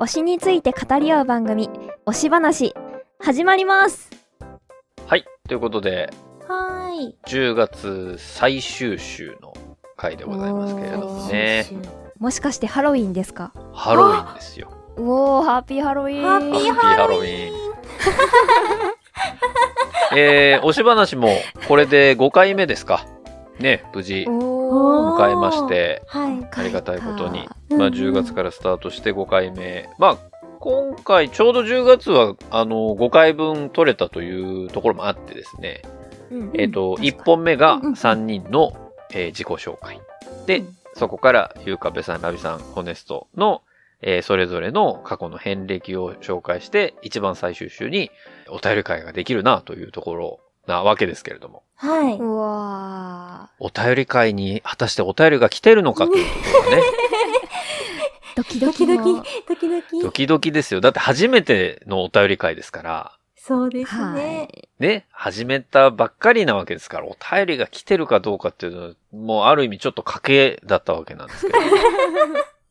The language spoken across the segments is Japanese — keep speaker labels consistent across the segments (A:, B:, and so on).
A: 推しについて語り合う番組推し話始まります
B: はい。ということで、
A: はーい
B: 10月最終週の回でございますけれどもね。
A: もしかしてハロウィンですか
B: ハロウィンですよ。
A: うおーハッピーハロウィン
B: ハ
C: ハッ
B: ッ
C: ピ
B: ピ
C: ー
B: ー
C: ハ
B: ハ
C: ロ
B: ロ
C: ウ
B: ウ
C: ィ
B: ィン。えー、推し話もこれで5回目ですか。ね、無事
A: おー
B: 迎えまして、
C: はい。
B: ありがたいことに。
C: うん
B: まあ10月からスタートして5回目。まあ今回ちょうど10月はあの5回分取れたというところもあってですね。
A: うん
B: えっ、と、
A: 確かに。
B: 1本目が
C: うんうん
B: 3人の、えー自己紹介。で、そこから、ゆうかべさん、ラビさん、ホネストの、えーそれぞれの過去の遍歴を紹介して、一番最終週にお便り会ができるなというところなわけですけれども、
C: はいう
A: わ
B: お便り会に果たしてお便りが来てるのかというところが ね、
A: ードキド
C: ド
A: キ
C: キ
A: の
C: ドキ、ドキドキ
B: ド。キドキですよ。だって初めてのお便り会ですから、
C: そうです
A: は
C: ね。
A: い
B: ね、始めたばっかりなわけですから、お便りが来てるかどうかっていうのは、もうある意味ちょっと賭けだったわけなんです けど、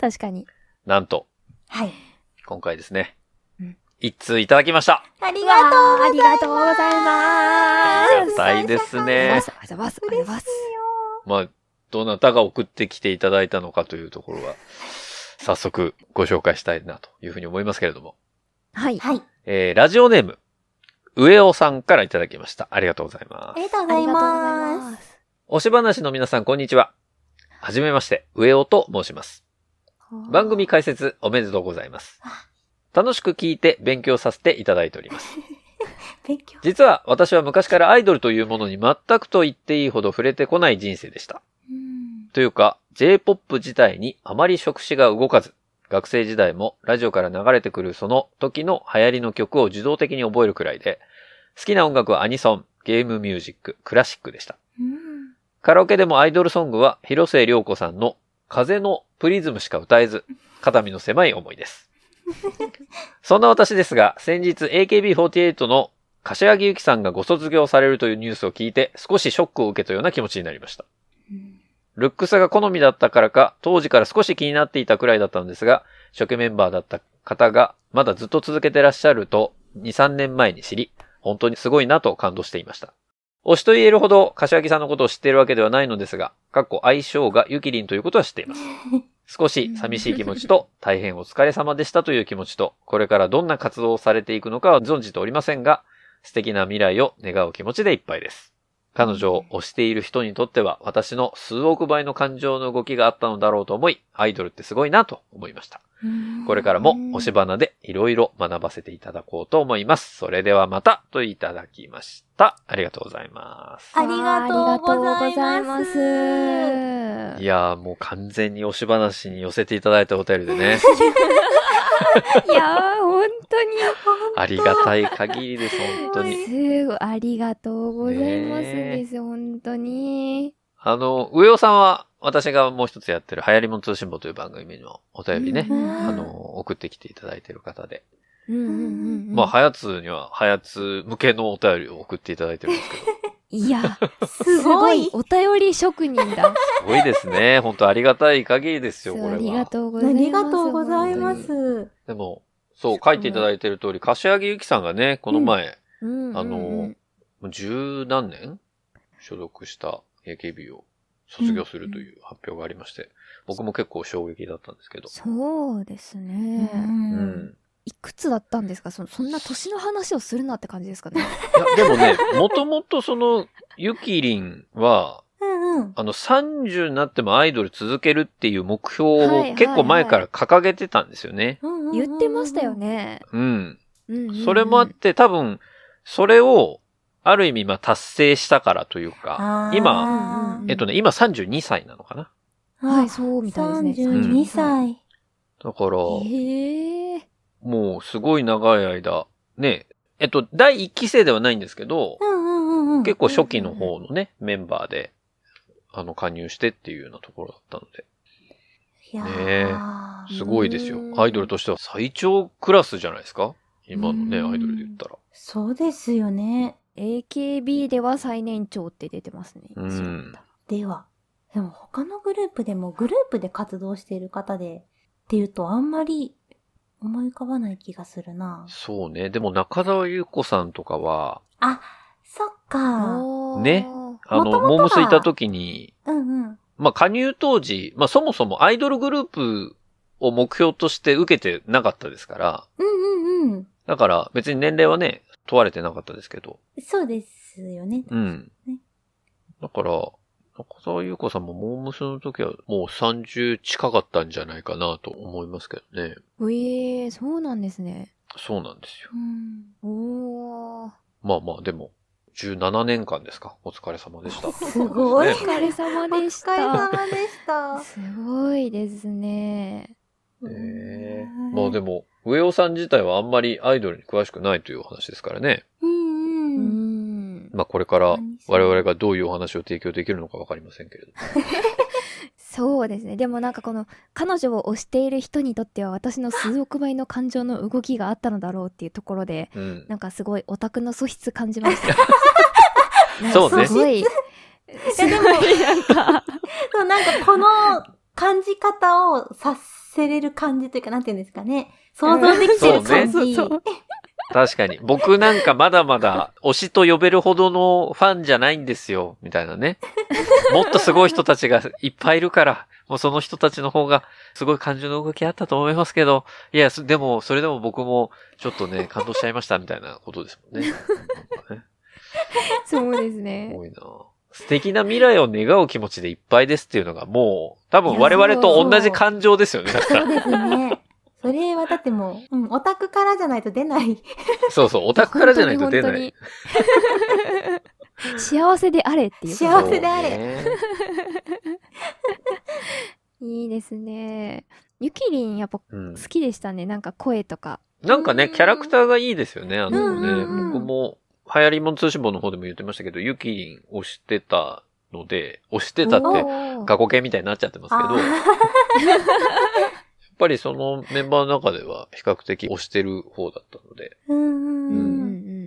A: 確かに
B: なんと、
C: はい。
B: 今回ですね
A: うん、
B: 一通いただきました。
C: ありがとう
A: ありがとうございま
B: あ
A: す
B: りがたいです
A: わ
B: ね。
A: ざわざわざわざ
C: 嬉
A: わ
C: し
A: ざ
C: いよ。
B: まあ、どなたが送ってきていただいたのかというところは、早速ご紹介したいなというふうに思いますけれども。
A: はい
C: はい。
B: えー、ラジオネーム、上尾さんからいただきました。ありがとうございま
C: あり
B: す。
C: がとうご
A: あ
C: ざ
A: り
C: い
A: がとうござい
C: ま。
A: ますす
B: 推し話の皆さん、こんにちは。はじめまして、上尾と申します。番組解説おめでとうございます。楽しく聞いて勉強させていただいております。
C: 勉強。
B: 実は私は昔からアイドルというものに全くと言っていいほど触れてこない人生でした。
C: うん
B: というか、J-POP 自体にあまり触手が動かず、学生時代もラジオから流れてくるその時の流行りの曲を自動的に覚えるくらいで、好きな音楽はアニソン、ゲームミュージック、クラシックでした。
C: うん
B: カラオケでもアイドルソングは広末涼子さんの風のプリズムしか歌えず、肩身の狭い思いです。そんな私ですが、先日 AKB48 の柏木由紀さんがご卒業されるというニュースを聞いて少しショックを受けたような気持ちになりました。
C: うん
B: ルックスが好みだったからか、当時から少し気になっていたくらいだったのですが、初期メンバーだった方が、まだずっと続けてらっしゃると、2、3年前に知り、本当にすごいなと感動していました。推しと言えるほど、柏木さんのことを知っているわけではないのですが、かっこ相性がゆきりんということは知っています。少し寂しい気持ちと、大変お疲れ様でしたという気持ちと、これからどんな活動をされていくのかは存じておりませんが、素敵な未来を願う気持ちでいっぱいです。彼女を推している人にとっては、私の数億倍の感情の動きがあったのだろうと思い、アイドルってすごいなと思いました。これからも推し花でいろいろ学ばせていただこうと思います。それではまたといただきました。ありがとうございます。
C: ありがとうござい
A: わあありがとうございま
C: ますす
B: いやーもう完全に推し話に寄せていただいたお便りでね、
A: いやー本当に
B: ありがたい限りです、本当に。
A: すごいありがとうございます
B: ねえ
A: です、本当に。
B: あの、上尾さんは私がもう一つやってる流行りもん通信簿という番組のお便りね、
A: うん
B: あの、送ってきていただいてる方で、
A: うんうんうんうん
B: まあ、はやつには、はやつ向けのお便りを送っていただいてるんですけど、
A: い や、す
C: すご
A: ご
C: い
A: い。お便り職人だ。
B: すごいですね。本当ありがたい限りですよ、こ
A: あ
B: れ
A: りが
B: は。
A: とうござ
C: あ
A: います。
C: りがとうございま
A: 本
C: す。うん
B: でも、そう、書いていただいてる通り、柏木由紀さんがね、この前、
A: 当に。うんうんうん
B: あの、もう十何年所属した AKB を卒業するという発表がありまして、僕も結構衝撃だったんですけど。
A: そうですね、
B: うん。
A: いくつだったんですかそのそんな年の話をするなって感じですかね。
B: いや、でもね、 もともとその、ゆきりんは、
C: うんうん。
B: あの、30になってもアイドル続けるっていう目標
A: はいはいは
B: を
A: い
B: 結構前から掲げてたんですよね。
C: うんうん
A: 言ってましたよ。ね。
B: うん。
A: うんうんうん
B: それもあって、多分、それを、ある意味、まあ、達成したからというか、今、
C: 今
A: うん
B: えっとね、今32歳なのかな。
A: はい、そうみたいですね。
C: 32歳。
B: だから、
A: へえ。
B: もう、すごい長い間、ね、えっと、第1期生ではないんですけど、
C: うんうんうんうん。
B: 結構初期の方のね、メンバーで、あの、加入してっていうようなところだったので、
C: いやー
B: ねすごいですよ
A: う。ん
B: アイドルとしては最長クラスじゃないですか今のね、
C: うん
B: アイドルで言ったら。
C: そうですよね。
A: AKB では最年長って出てますね。
B: うん
C: では、でも他のグループでもグループで活動している方でっていうとあんまり思い浮かばない気がするな。
B: そうね。でも中澤優子さんとかは、
C: あ、そっか。
B: ねあの、
C: 元々は
B: モームスいた時に、
C: うんうん。
B: まあ、加入当時、まあ、そもそもアイドルグループを目標として受けてなかったですから、
C: うんうんうん。
B: だから別に年齢はね、問われてなかったですけど、
C: そうですよね。
B: うん
C: ね。
B: だから、中澤優子さんもモームスの時はもう30近かったんじゃないかなと思いますけどね。
A: ええそうなんですね。
B: そうなんですよ。
C: うん。
A: おー。
B: まあまあ、でも、17年間ですか。お疲れ様でした。
C: すごい
B: ね
A: お疲れ様でし
C: お疲れ
A: た。
C: 様でした。
A: すごいですね。
B: ええまあでも、上尾さん自体はあんまりアイドルに詳しくないというお話ですからね。
C: うん
A: う
C: うん。
A: ん。
B: まあこれから
C: 何それ
B: 我々がどういうお話を提供できるのかわかりませんけれど。
A: そうですね。でもなんかこの、彼女を推している人にとっては私の数億倍の感情の動きがあったのだろうっていうところで、
B: うん。
A: なんかすごいオタクの素質感じました。なんか
B: そうね
A: すごい。すご いなんか、
C: そう、なんかこの感じ方をさせれる感じというか、なんていうんですかね。想像できてる感じ。
A: そうねそうそう
B: 確かに。僕なんかまだまだ推しと呼べるほどのファンじゃないんですよ、みたいなね。もっとすごい人たちがいっぱいいるから、もうその人たちの方がすごい感情の動きあったと思いますけど、いや、そでも、それでも僕もちょっとね、感動しちゃいました、みたいなことですもんね。なんかね
A: そうですね。
B: 多いな素敵な未来を願う気持ちでいっぱいですっていうのがもう、多分我々と同じ感情ですよね。だか
C: そう
B: ら
C: ですね。それはだってもう、うん、オタクからじゃないと出ない。
B: そうそう、オタクからじゃないと出ない。
A: 本当に幸せであれっていうこと。
C: 幸せであれ
B: そうね
A: いいですね。ゆきりんやっぱ
B: うん
A: 好きでしたね。なんか声とか。
B: なんかね、キャラクターがいいですよね、あのね。
C: うんうんうん
B: 僕も、流行りもん通信簿の方でも言ってましたけど、ユキリン押してたので、押してたっ
C: お
B: て、
A: ー
B: 過去形みたいになっちゃってますけど、やっ
C: あ
B: ぱりそのメンバーの中では比較的押してる方だったので。
C: ーうん
A: うんう
C: う
A: ん
C: んうん。
A: う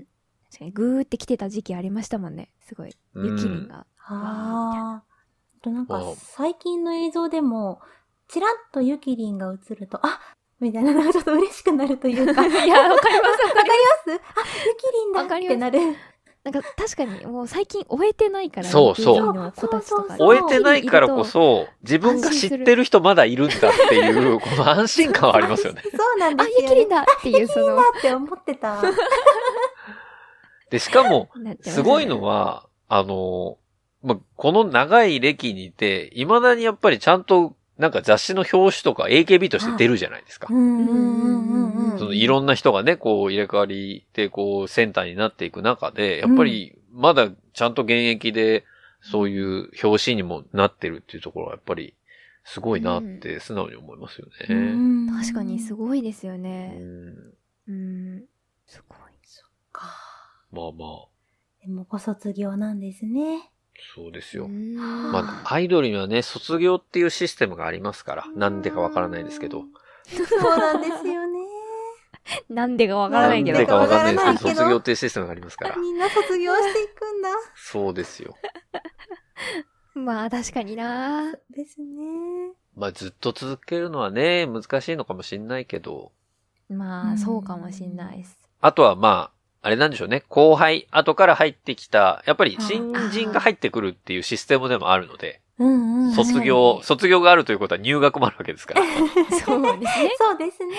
A: ん。確かにグーって来てた時期ありましたもんね。すごい。
B: う
A: ゆきりん
B: ん。
A: が。
C: あーあとなんか
B: うん
C: 最近の映像でも、ちらっとゆきりんが映ると、あみたいな、なんかちょっと嬉しくなるという か、わかります
A: いや、わかります、わ かります。
C: あ、ゆきりんだ
A: わかり
C: っ
A: ま
C: て
A: す
C: なる。
A: なんか確かに、もう最近終えてないから、
B: そうそう
A: ゆきりんの子たちとかね。
C: そう
B: 終えてないからこそ、自分が知ってる人まだいるんだっていう、この安心感はありますよね。
C: そうなんで
A: あ、
C: すよ、ね。
A: ゆきりんだっていう、その
C: だ、って思ってた。
B: で、しかも、
A: なってます
B: ごいのは、あの、ま、この長い歴にいて、未だにやっぱりちゃんと、なんか雑誌の表紙とか AKB として出るじゃないですか
C: う。んうんうんうんうん。
B: そのいろんな人がね、こう入れ替わりで、こうセンターになっていく中で、やっぱりまだちゃんと現役で、そういう表紙にもなってるっていうところはやっぱりすごいなって素直に思いますよね。
C: うん
A: 確かにす
C: ごい。
A: ごいですよ
B: う
A: ね。
B: ん
A: うん。すごい。
B: まあまあ、
C: でもご卒業なんですね。
B: そうですよ。
A: うん
B: まあ、アイドルにはね、卒業っていうシステムがありますから、なんでかわからないですけど。。
C: そうなんですよ ね。
A: なんでかわから
B: な
A: ない
B: ん
A: け
B: で
A: ど。
B: かわかんないですけ
C: わからないけ
B: ど、
C: ど
B: 卒業っていうシステムがありますから。
C: みんな卒業していくんだ。
B: そうですよ。
A: まあ確かにな
C: ですね。
B: まあ、ずっと続けるのはね、難しいのかもしんないけど、
A: ま
C: う
A: あ
C: ん
A: そうかもしんないです。
B: あとはまあ、あれなんでしょうね。後輩、後から入ってきた、やっぱり新人が入ってくるっていうシステムでもあるので、
C: うんうん。
A: そ
B: 卒
A: 確か
B: 業、
A: に
B: 卒業があるということは入学もあるわけです から。
A: そうですね。
C: そうですね。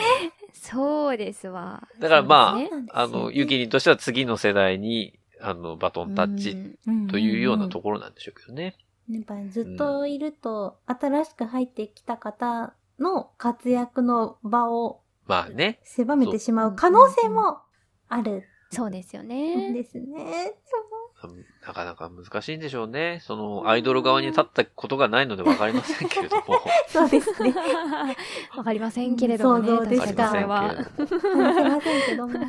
A: そうですわ。
B: だからまあ
A: そうですね
C: そうなんですよ
B: あの、ゆきりんとしては次の世代に、あの、バトンタッ
A: う
B: チ
A: ん
B: というようなと
C: こ。
B: ころなんでしょうけどね。
C: やっぱりずっといると、新しく入ってきた方の活躍の場を
B: まあね。
C: 狭めてしまう可能性もある
A: そうですよ
C: ん
A: ね。
C: ですね。
B: うんなかなか難しいんでしょうね。その、アイドル側に立ったことがないのでわかりません けれども。
C: そうですね。
A: わかりませんけれどもね。
C: 想像で
B: あ
C: す
B: り
A: 確か
B: ま
A: にそれ
B: せんけれ
A: は。
B: ども。
C: 話せませんけども。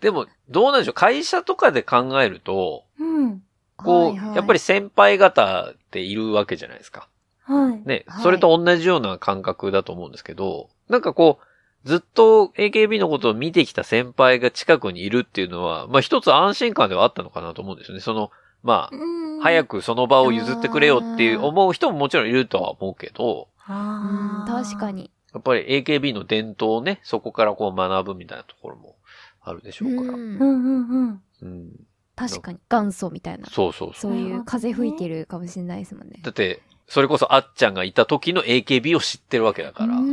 B: でも、どうなんでしょう。会社とかで考えると、
C: うん。
B: こう、
A: はいはい
B: やっぱり先輩方っているわけじゃないですか。
C: はい。
B: ね、
A: はい
B: それと同じような感覚だと思うんですけど、なんかこう、ずっと AKB のことを見てきた先輩が近くにいるっていうのは、まあ一つ安心感ではあったのかなと思うんですよね。その、まあ、
C: うん
B: 早。くその場を譲ってくれよっていう思う人ももちろんいるとは思うけど、
A: うん
C: あー
A: 確か。に。
B: やっぱり AKB の伝統をね、そこからこう学ぶみたいなところもあるでしょうから。
A: うん
C: うんうんうん。
B: うん
A: 確かに元祖みたいな
B: そうそうそう。
A: そういう風吹いてるかもしれないですもんね
B: だって、それこそあっちゃんがいた時の AKB を知ってるわけだから、
C: うんうんう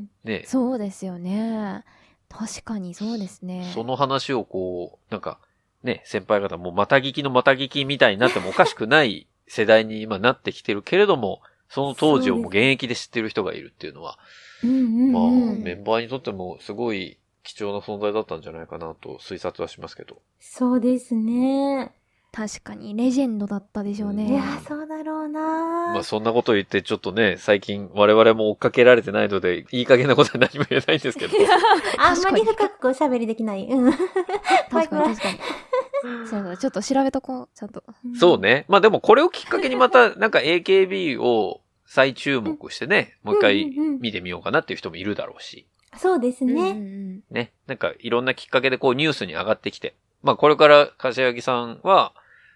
C: ん
B: ね、
A: そうですよね確かにそうですね
B: その話をこう、なんか、ね、先輩方もうまた聞きのまた聞きみたいになってもおかしくない世代に今なってきてるけれども、その当時をもう現役で知ってる人がいるっていうのは、
C: うん。うん
B: まあ、
C: うんうん。
B: メンバーにとってもすごい貴重な存在だったんじゃないかなと推察はしますけど。
C: そうですね。
A: 確かにレジェンドだったでしょう
B: うん
C: い
A: ね
C: やー、そうだろうな
B: まあそんなこと言ってちょっとね、最近我々も追っかけられてないので、いい加減なことは何も言えないんですけど。
C: あんまり
A: 確か
C: 深くおしゃべりできない。うん。
A: 確かに確かにそうだちょっと調べとこうちゃんと
B: そう。ね。まあでもこれをきっかけにまた、なんか AKB を再注目してね、もう一回
C: うんうんうん
B: 見てみようかなっていう人もいるだろうし、
C: そうです
A: うんう
C: ね。
A: ん
B: ね。なんかいろんなきっかけでこうニュースに上がってきて、まあこれから柏木さんは、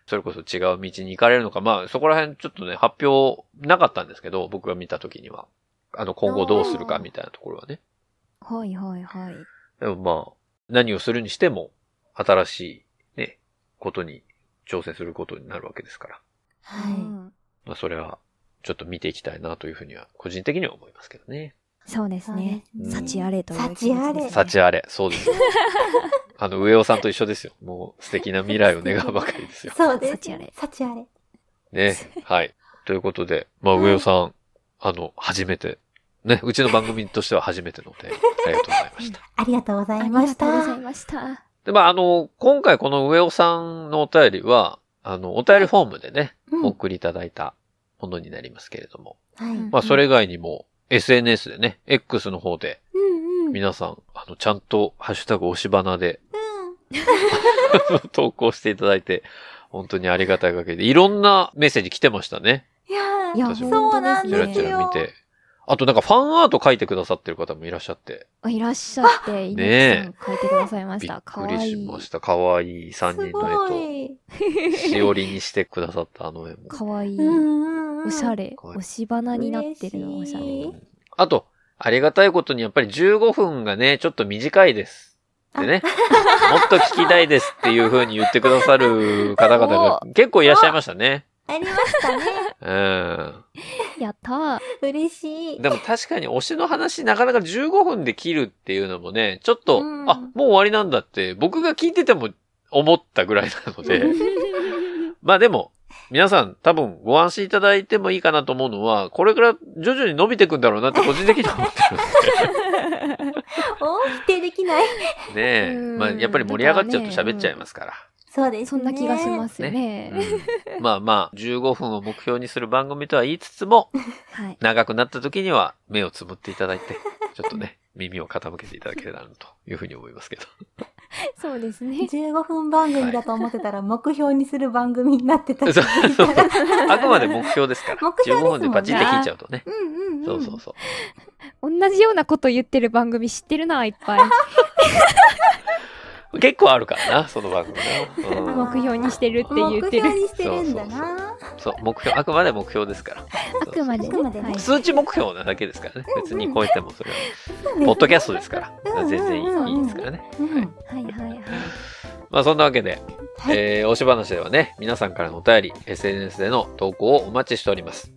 B: それこそ違う道に行かれるのか、まあそこら辺ちょっとね、発表なかったんですけど、僕が見た時には。あの、今後どうするかみたいなところはね。
A: うんはいはいはい
B: でもまあ、何をするにしても、新しい、ね、ことに挑戦することになるわけですから。
C: は
A: う
C: い。
A: ん
B: まあ、それは、ちょっと見ていきたいなというふうには、個人的には思いますけどね。
A: そうですね
C: そう
B: ですね
A: 幸あれという気持ち
C: 幸あれ
A: ですね
B: 幸あれ、そうですよ。 あの、上尾さんと一緒ですよ。もう、素敵な未来を願うばかりですよ。
C: そうです。
A: 幸あれ
C: 幸あれ。
B: ね。はい。ということで、まあ、上尾さん、あの、初めて、ね、うちの番組としては初めてので、ありがとうございました。
C: ありがとうござ
A: あ
C: い
A: り
C: ま
A: が
C: し
A: とうござ
C: た
A: い。ました
B: で、まあ、あの、今回この上尾さんのお便りは、あの、お便りフォームでね、
C: うん
B: お送りいただいたものになりますけれども、
C: はい。
A: ま
B: まあ、それ以外にも、SNS でね、X の方で、
C: うんうん。
B: 皆さん、あの、ちゃんと、ハッシュタグ、押し花で、
C: うん
B: 投稿していただいて、本当にありがたい限りで、いろんなメッセージ来てましたね。
C: いやー
A: いや
B: 私も
C: そうなん
B: ち
C: です
B: らち
C: よ。
B: ら見て。あとなんかファンアート書いてくださってる方もいらっしゃって、
A: いらっしゃって、稲木さん書いてくださいまし。
B: びった
A: か
B: く
A: わ
B: り
A: い
B: し
A: い。
B: ました。かわいい3人の
C: すご
B: 絵
C: い。
B: と、しおりにしてくださったあの絵も。
A: かわいい。
C: うん。
A: おしゃ
C: れ。
A: れ。
B: かわいい
A: 押し花になってるの、お
C: 嬉し
A: し
C: い
A: ゃれ。
B: あと、ありがたいことにやっぱり15分がね、ちょっと短いです。でね、もっと聞きたいですっていう風に言ってくださる方 々が結構いらっしゃいましたね。
C: ありましたね。
B: うん。
A: やったー。
C: 嬉しい。
B: でも確かに推しの話なかなか15分で切るっていうのもね、ちょっと、
C: うん
B: あ、もう終わりなんだって僕が聞いてても思ったぐらいなので、 まあでも、皆さん多分ご安心いただいてもいいかなと思うのは、これから徐々に伸びていくんだろうなって個人的には思ってるんで
C: お否定できない。
B: ねえ。
A: うん
B: まあ、やっぱり盛り上がっちゃうと喋っちゃいますから。
C: そうですね。。
A: そんな気がしますすね。
B: うんまあまあ、15分を目標にする番組とは言いつつも、
A: はい。
B: 長くなった時には目をつぶっていただいて、ちょっとね、耳を傾けていただければなというふうに思いますけど。
A: そうですね。
C: 15分番組だと思ってたら目標にする番組になってた。
B: そうそうあくまで目標ですから。
C: 目標です
B: 15
C: も
B: 分
C: ん
B: で
C: ね
B: バチって切っちゃうとね。
C: うんうんうん。
B: そうそうそう。
A: 同じようなこと言ってる番組知ってるな、いっぱい。
B: 結構あるからな、その番組な。うん
A: 目標にしてるって言って
C: 目標
A: る。
C: にしてるんだな。
B: そう、目標、あくまで目標ですから。
A: あくまで
C: あくまで
A: ね。
C: ね
A: はい。
B: 数値目標なだけですからね。別に超えてもそれは。
C: そうです
B: ポッドキャストですから。
C: うん
B: 全然い
C: うんうん
B: いいいですからね。
C: うん
A: はいはいはい。
B: まあそんなわけで、
C: はい
B: えー、推し話ではね、皆さんからのお便り、SNS での投稿をお待ちしております。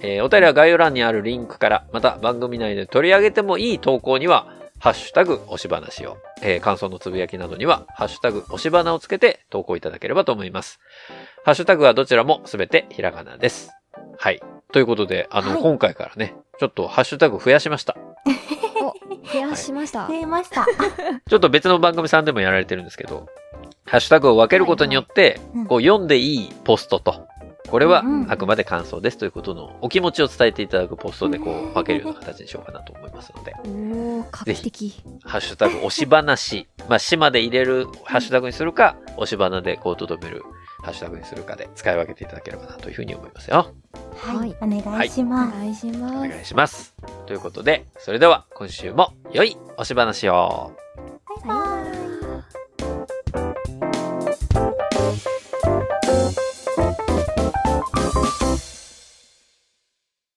B: えー、お便りは概要欄にあるリンクから、また番組内で取り上げてもいい投稿には、ハッシュタグ、推し話を、えー、感想のつぶやきなどには、ハッシュタグ、推し話をつけて投稿いただければと思います。ハッシュタグはどちらもすべてひらがなです。はい。ということで、あの、
C: はい
B: 今回からね、ちょっとハッシュタグ増やしました。
A: お、増やしました
C: 増。えました。
B: ちょっと別の番組さんでもやられてるんですけど、ハッシュタグを分けることによって、
C: いはい
B: こう読んでいいポストと、これは
C: うんうん
B: あくまで感想ですということのお気持ちを伝えていただくポストでこ
C: う
B: うん分けるような形にしようかなと思いますので、
A: おー、画期的。
B: ハッシュタグ押し話、まあ、島で入れるハッシュタグにするか、押し花でこうとどめるハッシュタグにするかで使い分けていただければなというふうに思いますよ。
C: はい。お願いし
A: お
C: ます。
A: 願いし
B: お
A: ます。
B: 願いします。ということで、それでは今週も良い押し話を。